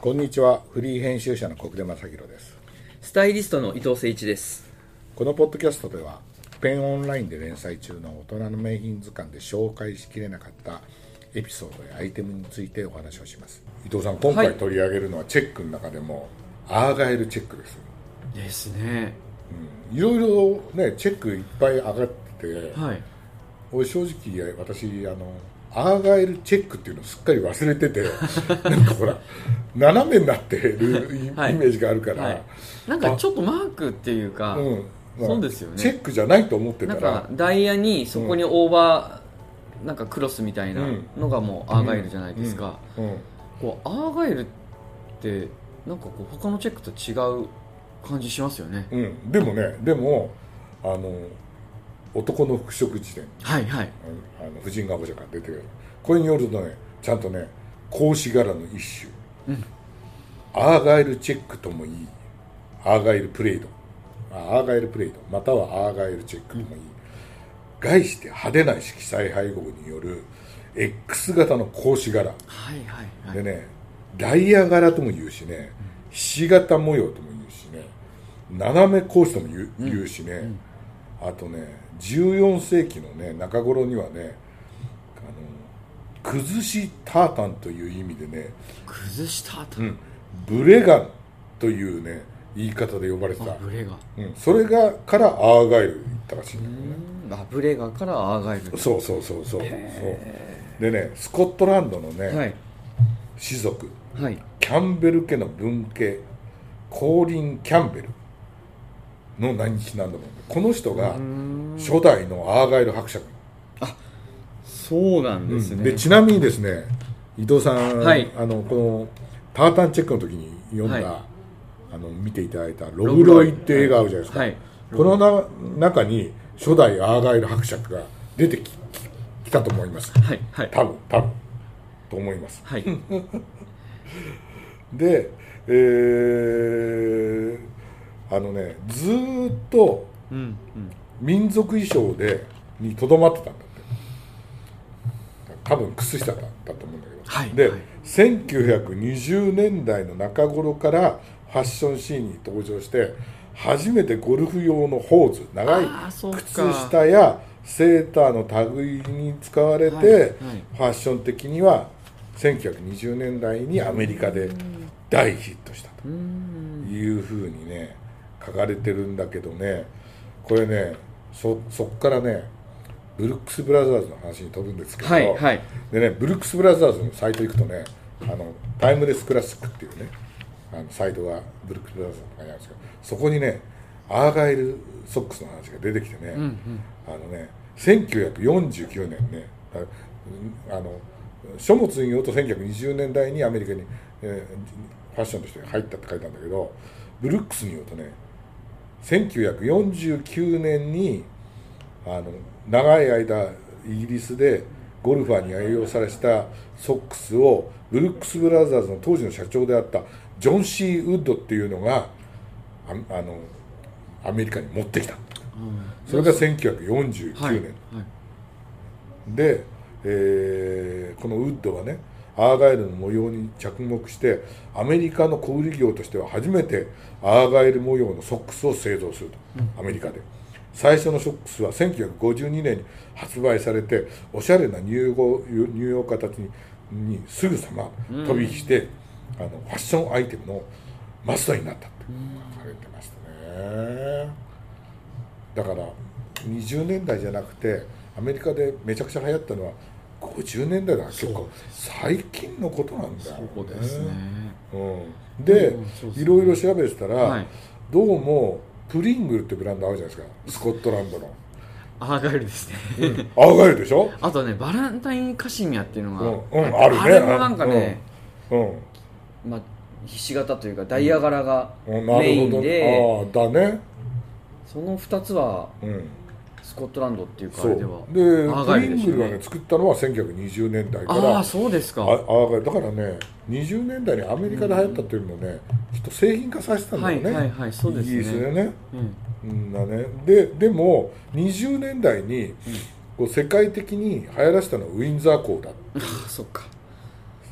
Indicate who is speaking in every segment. Speaker 1: こんにちはフリー編集者の国出正弘です
Speaker 2: スタイリストの伊藤誠一です。
Speaker 1: このポッドキャストではペンオンラインで連載中の大人の名品図鑑で紹介しきれなかったエピソードやアイテムについてお話をします伊藤さん今
Speaker 2: は
Speaker 1: 回
Speaker 2: い
Speaker 1: 取り上げるのはチェックの中でもアーガイルチェックです
Speaker 2: ですね。
Speaker 1: いろいろねチェックいっぱい上がってて
Speaker 2: はい。
Speaker 1: 俺正直私あのアーガイルチェックっていうのをすっかり忘れて てなんかほら斜めになってるイイメ
Speaker 2: はい
Speaker 1: ージがあるから、
Speaker 2: はい。なんかちょっとマークっていうか、
Speaker 1: うんまあ
Speaker 2: そうですよね
Speaker 1: チェックじゃないと思ってた
Speaker 2: なん
Speaker 1: ら
Speaker 2: かダイヤにそこにオーバー、なんかクロスみたいなのがもうアーガイルじゃないですか。
Speaker 1: うんうん
Speaker 2: こうアーガイルってなんかこう他のチェックと違う感じしますよね。
Speaker 1: うんでもねでもあの男の服飾辞典
Speaker 2: はいはい。
Speaker 1: あのあの婦人学者から出てくるこれによるとねちゃんとね格子柄の一種、アーガイルチェックともいいアーガイルプレイドあアーガイルプレイドまたはアーガイルチェックともいい、概して派手な色彩配合による X 型の格子柄
Speaker 2: はいはいは
Speaker 1: で
Speaker 2: い。
Speaker 1: ねダイヤ柄とも言うしねひし形模様とも言うしね斜め格子とも言う,、言うしね、あとね14世紀のね中頃にはねあの崩しタータンという意味でね
Speaker 2: 崩した後、
Speaker 1: ブレガンというね言い方で呼ばれてた
Speaker 2: あ、ブレが。
Speaker 1: うん、それがからアーガイル行ったらしいんだけどね
Speaker 2: あ、ブレがからアーガイル。
Speaker 1: そうそうそうそうそうでねスコットランドのね、
Speaker 2: はい
Speaker 1: 士族
Speaker 2: はい。
Speaker 1: キャンベル家の文家コーリン・キャンベルの名にちなんだもんでこの人が初代のアーガイル伯爵
Speaker 2: そうなんですね。
Speaker 1: でちなみにですね伊藤さん、
Speaker 2: はい
Speaker 1: あのこの「タータンチェック」の時に読んだ、
Speaker 2: はい
Speaker 1: あの見ていただいた「ロブロイ」って映画あるじゃないですか、
Speaker 2: はい。
Speaker 1: このな中に初代アーガイル伯爵が出てきききたと思います
Speaker 2: はいはい
Speaker 1: 多分多分と思います
Speaker 2: はい
Speaker 1: で、えーあのねずーっと
Speaker 2: うん
Speaker 1: 民族衣装でにとどまってたんだって多分靴下だったと思うんだけど、
Speaker 2: はい
Speaker 1: で、
Speaker 2: はい
Speaker 1: 1920年代の中頃からファッションシーンに登場して初めてゴルフ用のホーズ長い
Speaker 2: あーそうか
Speaker 1: 靴下やセーターの類に使われて、
Speaker 2: はいはい
Speaker 1: ファッション的には1920年代にアメリカで大ヒットしたというふうにね書かれてるんだけどねこれねそそっからねブルックス・ブラザーズの話に飛ぶんですけど、
Speaker 2: はいはい
Speaker 1: でねブルックス・ブラザーズのサイト行くとねあのタイムレス・クラシックっていうねあのサイトがブルックス・ブラザーズの中にあるんですけどそこにねアーガイル・ソックスの話が出てきてね、あのね1949年ねあうんあの書物によると1920年代にアメリカに、えーファッションとして入ったって書いたんだけどブルックスによるとね1949年にあの長い間イギリスでゴルファーに愛用されたソックスをブルックス・ブラザーズの当時の社長であったジョン・シー・ウッドっていうのがああのアメリカに持ってきたそれが1949年、
Speaker 2: はいはい
Speaker 1: で、えーこのウッドはねアーガイルの模様に着目してアメリカの小売業としては初めてアーガイル模様のソックスを製造すると、アメリカで最初のソックスは1952年に発売されておしゃれな乳用乳用形ににすぐさま飛び火して、あのファッションアイテムのマストになったって書かれてましたね。だから20年代じゃなくてアメリカでめちゃくちゃ流行ったのは50年代だから結構最近のことなんだよね
Speaker 2: そうですね
Speaker 1: うん、で,、
Speaker 2: うんそうですね
Speaker 1: いろいろ調べてたら、
Speaker 2: はい
Speaker 1: どうもプリングルってブランドあるじゃないですかスコットランド の
Speaker 2: アーガイルですね、
Speaker 1: アーガイルでしょ、
Speaker 2: あとねバランタインカシミヤっていうのが、
Speaker 1: うんうんあるね
Speaker 2: れもなんかね、
Speaker 1: うん
Speaker 2: まあひし形というかダイヤ柄が
Speaker 1: うん、な
Speaker 2: メイ
Speaker 1: る
Speaker 2: ン
Speaker 1: ほど
Speaker 2: で、
Speaker 1: ああだね
Speaker 2: その2つは
Speaker 1: うん
Speaker 2: スコットランドっていうかあ
Speaker 1: そ
Speaker 2: れ
Speaker 1: う
Speaker 2: では
Speaker 1: で
Speaker 2: アー
Speaker 1: プ
Speaker 2: ガ
Speaker 1: リ
Speaker 2: イルで
Speaker 1: ン
Speaker 2: す
Speaker 1: グ
Speaker 2: よ
Speaker 1: ルが
Speaker 2: ね
Speaker 1: ね作ったのは1920年代から
Speaker 2: ああそうですか
Speaker 1: あ
Speaker 2: は
Speaker 1: あーだからね20年代にアメリカで流行ったっていうのもね、きっと製品化させたんだよ
Speaker 2: い
Speaker 1: ね、
Speaker 2: はいはいそうで
Speaker 1: イギリ
Speaker 2: す
Speaker 1: スで
Speaker 2: ね
Speaker 1: ね
Speaker 2: うん
Speaker 1: うんだねででも20年代にこう世界的に流行らせたのはウィンザー校だ、
Speaker 2: ああそっか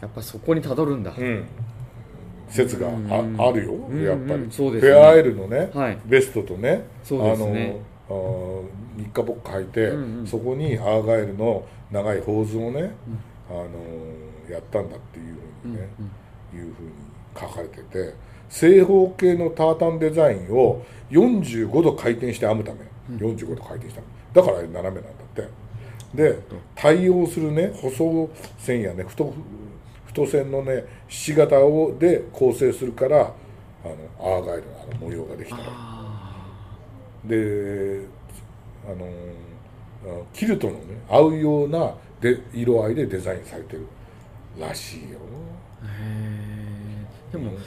Speaker 2: やっぱそこにたどるんだ、
Speaker 1: ん説があ,、
Speaker 2: うん
Speaker 1: あるよ
Speaker 2: うん
Speaker 1: やっぱり、
Speaker 2: うんそうです
Speaker 1: フ
Speaker 2: ね
Speaker 1: ェアアイルのね
Speaker 2: はい
Speaker 1: ベストとね
Speaker 2: そうですね
Speaker 1: あのあー日課ボック履いて、
Speaker 2: うんうん
Speaker 1: そこにアーガイルの長い構図をね、あのーやったんだっていうふうにね、いうふうに書かれてて正方形のタータンデザインを45度回転して編むため、45度回転しただからあれ斜めなんだってで対応するね細線やね太太線のねひし形をで構成するからあのアーガイルのあの模様ができたの
Speaker 2: あ
Speaker 1: であのーキルトのね合うようなで色合いでデザインされてるらしいよ
Speaker 2: あへえでも、
Speaker 1: うん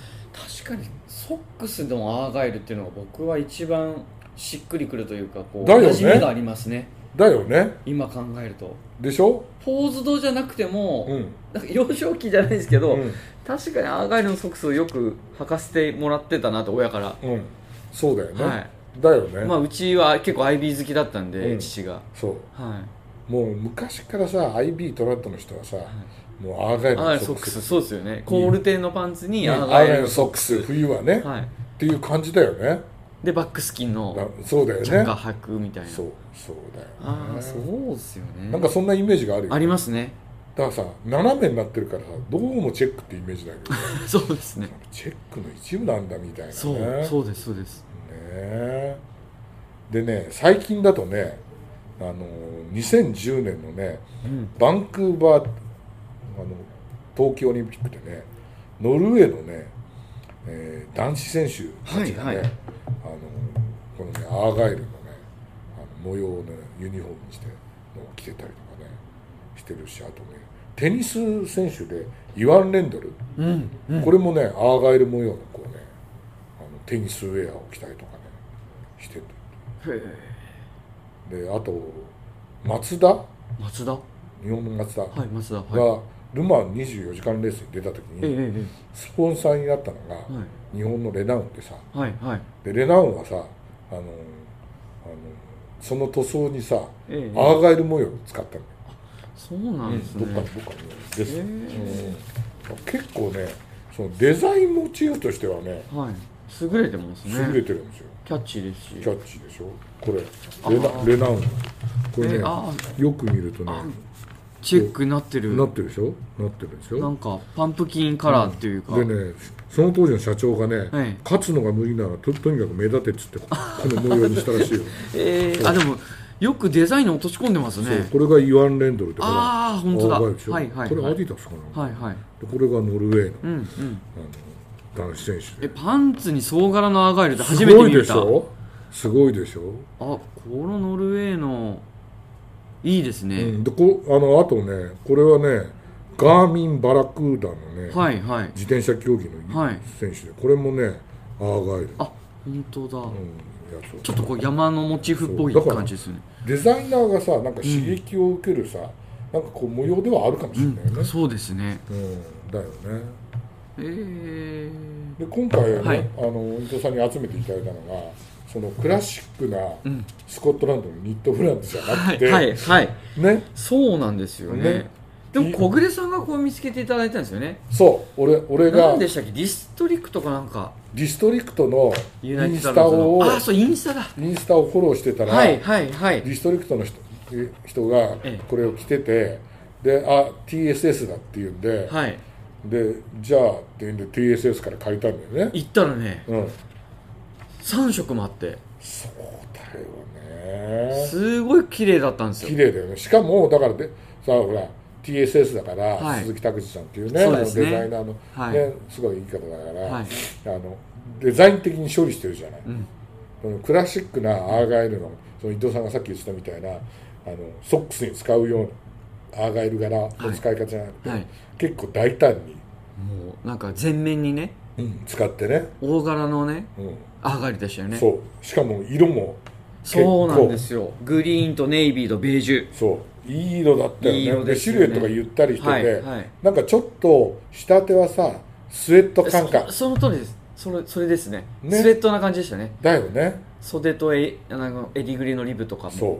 Speaker 2: 確かにソックスのアーガイルっていうのが僕は一番しっくりくるというかこう
Speaker 1: だよね
Speaker 2: 馴染みがありますね
Speaker 1: だよね
Speaker 2: 今考えると
Speaker 1: でしょ
Speaker 2: ポーズドじゃなくても、
Speaker 1: うん
Speaker 2: なんか幼少期じゃないですけど、
Speaker 1: うん
Speaker 2: 確かにアーガイルのソックスをよく履かせてもらってたなと親から、
Speaker 1: うんそうだよね、
Speaker 2: はい
Speaker 1: だよね、
Speaker 2: まあうちは結構アイビー好きだったんで、
Speaker 1: うん
Speaker 2: 父が
Speaker 1: そう
Speaker 2: は
Speaker 1: もう昔からさ IB トラットの人はさ、もうアーガ
Speaker 2: い
Speaker 1: イル
Speaker 2: アーガ
Speaker 1: の
Speaker 2: イルソ
Speaker 1: ソッ
Speaker 2: ック
Speaker 1: ク
Speaker 2: ス
Speaker 1: ス
Speaker 2: そうですよねコールテンのパンツに
Speaker 1: ね
Speaker 2: ア
Speaker 1: ア
Speaker 2: ー
Speaker 1: ー
Speaker 2: ガ
Speaker 1: ガ
Speaker 2: イ
Speaker 1: イ
Speaker 2: ル
Speaker 1: ル
Speaker 2: ソ
Speaker 1: ソ
Speaker 2: ッ
Speaker 1: ッ
Speaker 2: ク
Speaker 1: ク
Speaker 2: ス
Speaker 1: ス冬はね、
Speaker 2: はい
Speaker 1: っていう感じだよね
Speaker 2: でバックスキン
Speaker 1: だ
Speaker 2: の
Speaker 1: そうだよ
Speaker 2: チャッ
Speaker 1: ね
Speaker 2: カ履くみたいな、
Speaker 1: そうそうだよ、ね、
Speaker 2: ああそうですよね
Speaker 1: なんかそんなイメージがあるよ
Speaker 2: ありま すね
Speaker 1: だからさ斜めになってるからさどうもチェックってイメージだけど
Speaker 2: そうですね
Speaker 1: チェックの一部なんだみたいなね
Speaker 2: そうそうですそうです
Speaker 1: ねえでね最近だとねあの2010年のね
Speaker 2: うん
Speaker 1: バンクーバーあの冬季オリンピックでねノルウェーのね、えー男子選手たちがね、
Speaker 2: はいはい
Speaker 1: あのこのねアーガイルのねあの模様をねユニフォームにしてのを着てたりとかねしてるしあとねテニス選手でイワン・レンドル、
Speaker 2: うんうん
Speaker 1: これもねアーガイル模様のこうねあのテニスウェアを着たりとかねしてる
Speaker 2: へえ
Speaker 1: であと松田
Speaker 2: 松田は
Speaker 1: 日本の松田、
Speaker 2: い松田はい
Speaker 1: がル・マン24時間レースに出た時
Speaker 2: えええ
Speaker 1: に
Speaker 2: ええ
Speaker 1: スポンサーになったのが
Speaker 2: えは
Speaker 1: 日本のレナウンでさ
Speaker 2: いはいはい
Speaker 1: でレナウンはさあのあのその塗装にさア
Speaker 2: ええ
Speaker 1: ーガイル模様を使ったの
Speaker 2: そうなんです
Speaker 1: どっかの
Speaker 2: ね
Speaker 1: どっかのです、
Speaker 2: へえ
Speaker 1: うん結構ねそのデザインモチーフとしてはね
Speaker 2: はい優れてますね
Speaker 1: 優れてるんですよ
Speaker 2: キャッチーですし
Speaker 1: キャッチーでしょこれ
Speaker 2: あ
Speaker 1: レナレナウンこれね
Speaker 2: えあ
Speaker 1: よく見るとね
Speaker 2: チェックになってる
Speaker 1: なってるでしょなってるでしょ
Speaker 2: なんかパンプキンカラーっていうか、
Speaker 1: でねその当時の社長がね、
Speaker 2: はい
Speaker 1: 勝つのが無理ならととにかく目立てっつってこの模様にしたら しいよ、
Speaker 2: えーあでもよくデザインに落とし込んでます
Speaker 1: そう
Speaker 2: ね
Speaker 1: これがイワン・レンドルって
Speaker 2: ああ本当だ
Speaker 1: 青
Speaker 2: は
Speaker 1: い
Speaker 2: い
Speaker 1: でしょ、
Speaker 2: はいはい
Speaker 1: これアディダスかな、
Speaker 2: はいはい
Speaker 1: でこれがノルウェーの
Speaker 2: うんうん
Speaker 1: あの男子選手で
Speaker 2: えパンツに総柄のアーガイルって初
Speaker 1: す
Speaker 2: めて
Speaker 1: ごい
Speaker 2: 見
Speaker 1: で
Speaker 2: た
Speaker 1: しょすごいでしょ、
Speaker 2: あこのノルウェーのいいです
Speaker 1: う
Speaker 2: ね、
Speaker 1: ん、でこあのあとねこれはねガーミン・バラクーダのね、
Speaker 2: はいはい
Speaker 1: 自転車競技
Speaker 2: は
Speaker 1: の
Speaker 2: い
Speaker 1: 選手でこれもねアーガイルの、
Speaker 2: あ本当だ、
Speaker 1: うん、やつを
Speaker 2: ちょっとこう山のモチーフっぽい
Speaker 1: そうだから
Speaker 2: 感じですね
Speaker 1: デザイナーがさなんか刺激を受けるさ、なんかこう模様ではあるかもし
Speaker 2: う
Speaker 1: れないよね
Speaker 2: ん、そうですね
Speaker 1: うんだよね
Speaker 2: えー、
Speaker 1: で今回はね、
Speaker 2: はい
Speaker 1: あの伊藤さんに集めていただいたのがそのクラシックな
Speaker 2: うん
Speaker 1: スコットランドのニットブランドじゃな
Speaker 2: は
Speaker 1: く
Speaker 2: い
Speaker 1: て、
Speaker 2: はいはい
Speaker 1: ね
Speaker 2: そうなんですよね
Speaker 1: ね
Speaker 2: でも小暮さんがこう見つけていただいたんですよね
Speaker 1: そう俺俺が
Speaker 2: 何でしたっけディストリクトかなんか
Speaker 1: ディストリクトのイ
Speaker 2: ユナイテ
Speaker 1: ン
Speaker 2: ッドア
Speaker 1: ス
Speaker 2: ラ
Speaker 1: タ
Speaker 2: ブズの
Speaker 1: を
Speaker 2: あそうインスタだ
Speaker 1: インスタをフォローしてたら、
Speaker 2: はいはいは
Speaker 1: デ
Speaker 2: い
Speaker 1: ィストリクトの人人が
Speaker 2: ええ
Speaker 1: これを着ててであ TSS だっていうんで、
Speaker 2: はい
Speaker 1: でじゃあっていうんで TSS から借りたんだよね、
Speaker 2: 行ったらね
Speaker 1: うん、
Speaker 2: 3色もあって
Speaker 1: そうだよね
Speaker 2: すごい綺麗だったんです
Speaker 1: 綺
Speaker 2: よ
Speaker 1: 麗だよねしかもだからでさあほら TSS だから、
Speaker 2: はい
Speaker 1: 鈴木拓司さんっていうね
Speaker 2: そうですね
Speaker 1: あのデザイナーの、
Speaker 2: はい
Speaker 1: ねすごいいい方だから、
Speaker 2: はい
Speaker 1: あのデザイン的に処理してるじゃない、
Speaker 2: ん
Speaker 1: そのクラシックなアーガイルのその伊藤さんがさっき言ってたみたいなあのソックスに使うようなアーガイル柄の使い方じゃなくて、
Speaker 2: はい
Speaker 1: 結構大胆に、
Speaker 2: もうなんか全面にね
Speaker 1: うん使ってね、
Speaker 2: 大柄のね
Speaker 1: うん
Speaker 2: アーガリでしたよねそう
Speaker 1: そうしかも色も
Speaker 2: なんですよグリーンとネイビーとベージュ
Speaker 1: そういい色だったよね
Speaker 2: いい色
Speaker 1: で
Speaker 2: です
Speaker 1: シ
Speaker 2: よ
Speaker 1: ル
Speaker 2: ね
Speaker 1: エットがゆったりしてて、
Speaker 2: はいはい
Speaker 1: なんかちょっと仕立てはさスウェット感覚
Speaker 2: そその通りですそれそれですね
Speaker 1: ね
Speaker 2: スウェットな感じでしたね
Speaker 1: だよね
Speaker 2: 袖とえあの襟ぐりのリブとかも
Speaker 1: そうそう、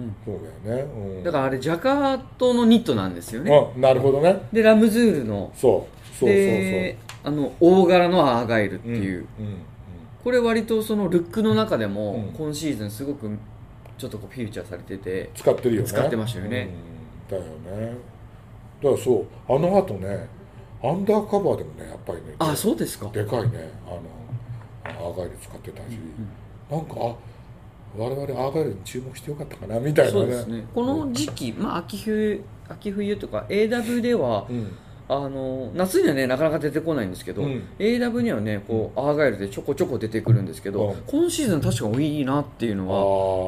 Speaker 2: うん
Speaker 1: そうだよね、うん、
Speaker 2: だからあれジャカートのニットなんですよね
Speaker 1: あなるほどね
Speaker 2: でラムズールの
Speaker 1: そうそうそうそう
Speaker 2: であの大柄のアーガイルっていう、
Speaker 1: うんうん
Speaker 2: これ割とそのルックの中でも
Speaker 1: うん
Speaker 2: 今シーズンすごくちょっとこうフィーチャーされてて
Speaker 1: 使ってるよね
Speaker 2: 使ってましたよね、
Speaker 1: うんだよねだからそうあの後ねアンダーカバーでもねやっぱりね
Speaker 2: あそうですか
Speaker 1: でかいねあのアーガイル使ってたし、なんかあ我々アーガイルに注目してよかったかなみたいなね
Speaker 2: そうですねこの時期、まあ、秋冬秋冬とか AW では
Speaker 1: うん
Speaker 2: あの夏にはねなかなか出てこないんですけど、
Speaker 1: うん
Speaker 2: AW にはねこうアーガイルでちょこちょこ出てくるんですけど、
Speaker 1: うん
Speaker 2: 今シーズン確か多いなっていう
Speaker 1: あ
Speaker 2: の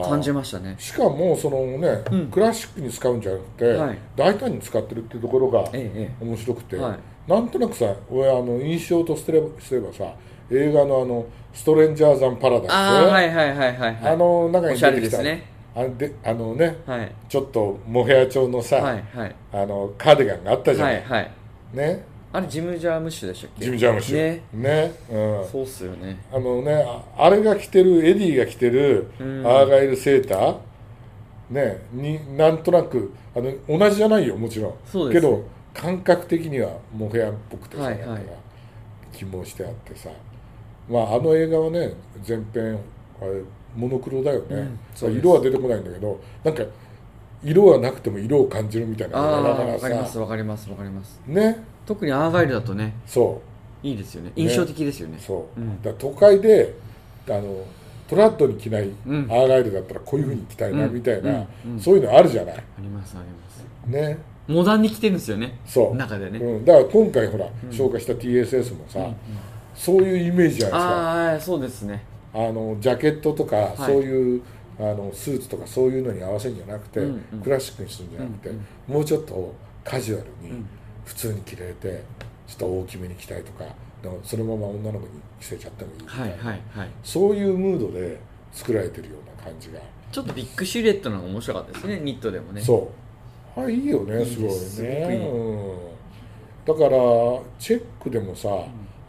Speaker 2: は
Speaker 1: ー
Speaker 2: 感じましたね
Speaker 1: しかもそのね、
Speaker 2: うん
Speaker 1: クラシックに使うんじゃなくて、
Speaker 2: はい
Speaker 1: 大胆に使ってるっていうところが
Speaker 2: ええ
Speaker 1: 面白くて、
Speaker 2: はい
Speaker 1: なんとなくさ俺あの印象とすればすればさ映画のあの「ストレンジャーザン・パラダイス」
Speaker 2: ああはいはいはいはいはい
Speaker 1: あの中
Speaker 2: お
Speaker 1: に
Speaker 2: しゃ
Speaker 1: 出
Speaker 2: れ
Speaker 1: て
Speaker 2: で
Speaker 1: きた
Speaker 2: すね
Speaker 1: あであのね
Speaker 2: はい
Speaker 1: ちょっとモヘア調のさ、
Speaker 2: はいはい
Speaker 1: あのカーディガンがあったじゃん、
Speaker 2: はいはい
Speaker 1: ね
Speaker 2: あれジム・ジャームッシュでしたっけ
Speaker 1: ジム・ジャームシュ
Speaker 2: ね
Speaker 1: ねうん
Speaker 2: そうっすよね
Speaker 1: あのねああれが着てるエディが着てるア
Speaker 2: うん
Speaker 1: ーガイルセーター、ねになんとなくあの同じじゃないよもちろん
Speaker 2: そう
Speaker 1: け
Speaker 2: です
Speaker 1: ど感覚的にはモヘアっぽくてさ、
Speaker 2: はいはい
Speaker 1: なんか起毛してあってさまああの映画はね全編あれモノクロだよね、
Speaker 2: うんそうです
Speaker 1: 色は出てこないんだけどなんか色はなくても色を感じるみたいな
Speaker 2: ああ
Speaker 1: だ
Speaker 2: わかります
Speaker 1: さ
Speaker 2: わかりますわかります
Speaker 1: ね
Speaker 2: 特にアーガイルだとね
Speaker 1: そう
Speaker 2: いいですよね印象的ですよね
Speaker 1: そう、
Speaker 2: うん
Speaker 1: だから都会であのトラッドに着ないア
Speaker 2: うん
Speaker 1: ーガイルだったらこういうふうに着たいな
Speaker 2: うん
Speaker 1: みたいな、
Speaker 2: うんうん
Speaker 1: そういうのあるじゃない
Speaker 2: ありますあります
Speaker 1: ね
Speaker 2: モダンに着てるんですよね
Speaker 1: そう
Speaker 2: 中でね、
Speaker 1: うん、だから今回ほら、紹介した TSS もさ、そういうイメージじゃないですか
Speaker 2: ああそうですね
Speaker 1: あのジャケットとか、
Speaker 2: い
Speaker 1: そういうあのスーツとかそういうのに合わせるんじゃなくて、
Speaker 2: うんうん
Speaker 1: クラシックにするんじゃなくて、
Speaker 2: うん
Speaker 1: もうちょっとカジュアルに
Speaker 2: ん
Speaker 1: 普通に着れてちょっと大きめに着たいとかでもそのまま女の子に着せちゃってもいいみたいな、
Speaker 2: はいはいはい
Speaker 1: そういうムードで作られてるような感じが、
Speaker 2: ちょっとビッグシルエットの方が面白かったですねニットでもね
Speaker 1: そうあいいよね
Speaker 2: いい
Speaker 1: すごいね
Speaker 2: ですすごくいい
Speaker 1: うん、だからチェックでもさ、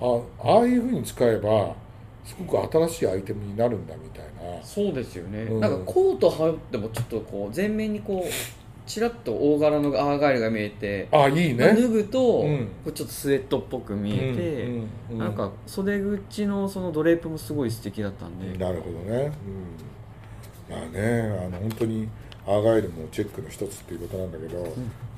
Speaker 1: あああいうふうに使えばすごく新しいアイテムになるんだみたいな
Speaker 2: そうですよね、
Speaker 1: うん
Speaker 2: なんかコート羽織ってもちょっとこう前面にこうちらっと大柄のアーガイルが見えて、
Speaker 1: あいい
Speaker 2: まあ脱
Speaker 1: ね、
Speaker 2: ぐと、
Speaker 1: うん
Speaker 2: こうちょっとスウェットっぽく見えて、
Speaker 1: うんうんうん
Speaker 2: なんか袖口のそのドレープもすごい素敵だったんで、
Speaker 1: なるほどね、うん、まあねあの本当にアーガイルもチェックの一つっていうことなんだけど、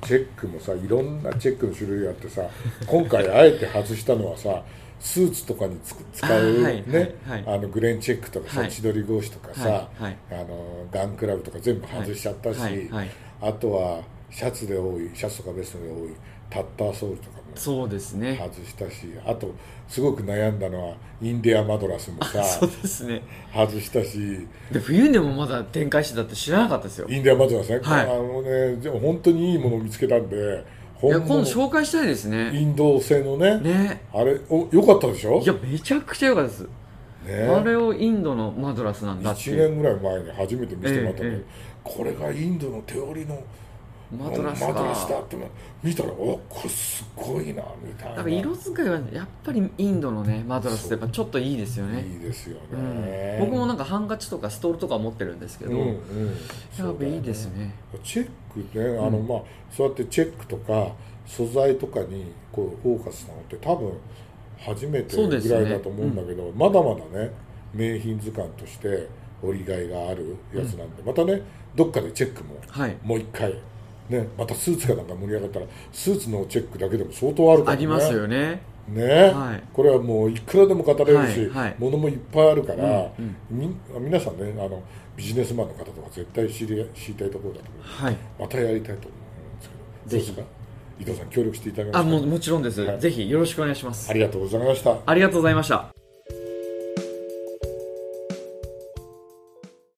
Speaker 1: チェックもさいろんなチェックの種類があってさ今回あえて外したのはさスーツとかにつく使う
Speaker 2: あはい
Speaker 1: ね
Speaker 2: はいはい
Speaker 1: あのグレーンチェックとかさ、
Speaker 2: はい
Speaker 1: 千鳥格子とかさ、
Speaker 2: はいはい
Speaker 1: あのガンクラブとか全部外しちゃったし、
Speaker 2: はいはい
Speaker 1: あとはシャツで多いシャツとかベストで多いタッターソールとかも
Speaker 2: そうですね
Speaker 1: 外したしあとすごく悩んだのはインディアマドラスもさ
Speaker 2: そうですね
Speaker 1: 外したし
Speaker 2: で冬でもまだ展開してたって知らなかったですよい
Speaker 1: インディアンマズラですね、
Speaker 2: はい
Speaker 1: あのねじゃあ本当にいいものを見つけたんで本
Speaker 2: や今
Speaker 1: 物
Speaker 2: 度紹介したいですね
Speaker 1: インド製のね
Speaker 2: ね
Speaker 1: あれおよかったでしょ
Speaker 2: いやめちゃくちゃ良かったです、
Speaker 1: ね
Speaker 2: あれをインドのマドラスなんだって
Speaker 1: 1
Speaker 2: いう
Speaker 1: 年ぐらい前に初めて見せてもらったんだけ
Speaker 2: え
Speaker 1: ど、これがインドの手織りの
Speaker 2: マドラス
Speaker 1: マ
Speaker 2: か
Speaker 1: ドラスだって見たらおこれすごいなみたい
Speaker 2: や
Speaker 1: な
Speaker 2: っぱ色使いはやっぱりインドのねマドラスってやっぱちょっといいですよね
Speaker 1: いいですよ
Speaker 2: うん
Speaker 1: ね、、
Speaker 2: 僕もなん
Speaker 1: か
Speaker 2: んかハンカチとかストールとか持ってるんですけど、
Speaker 1: うんう
Speaker 2: や
Speaker 1: んそ
Speaker 2: っ
Speaker 1: う
Speaker 2: ぱ
Speaker 1: だよ
Speaker 2: いいですね
Speaker 1: チェックねあの、まあそうやってチェックとか素材とかにこうフォーカスなのって多分初めて
Speaker 2: そうです
Speaker 1: ぐ
Speaker 2: ね
Speaker 1: らいだと思うんだけど、まだまだね名品図鑑として折りがいがあるやつなんで、またねどっかでチェックも
Speaker 2: はい
Speaker 1: もう一回、ね、またスーツかなんか盛り上がったらスーツのチェックだけでも相当あるか
Speaker 2: あ
Speaker 1: らね
Speaker 2: りますよね
Speaker 1: ね、
Speaker 2: はい
Speaker 1: これはもういくらでも語れるし、
Speaker 2: はいはい
Speaker 1: ものもいっぱいあるから、
Speaker 2: うん
Speaker 1: み皆さんねあのビジネスマンの方とか絶対知り知りたいところだと思う
Speaker 2: はい
Speaker 1: またやりたいと思うんですけど
Speaker 2: ぜひ
Speaker 1: どうですか伊藤さん協力していただけま
Speaker 2: あ
Speaker 1: すか
Speaker 2: もうもちろんです、
Speaker 1: はい
Speaker 2: ぜひよろしくお願いします
Speaker 1: ありがとうございました
Speaker 2: ありがとうございました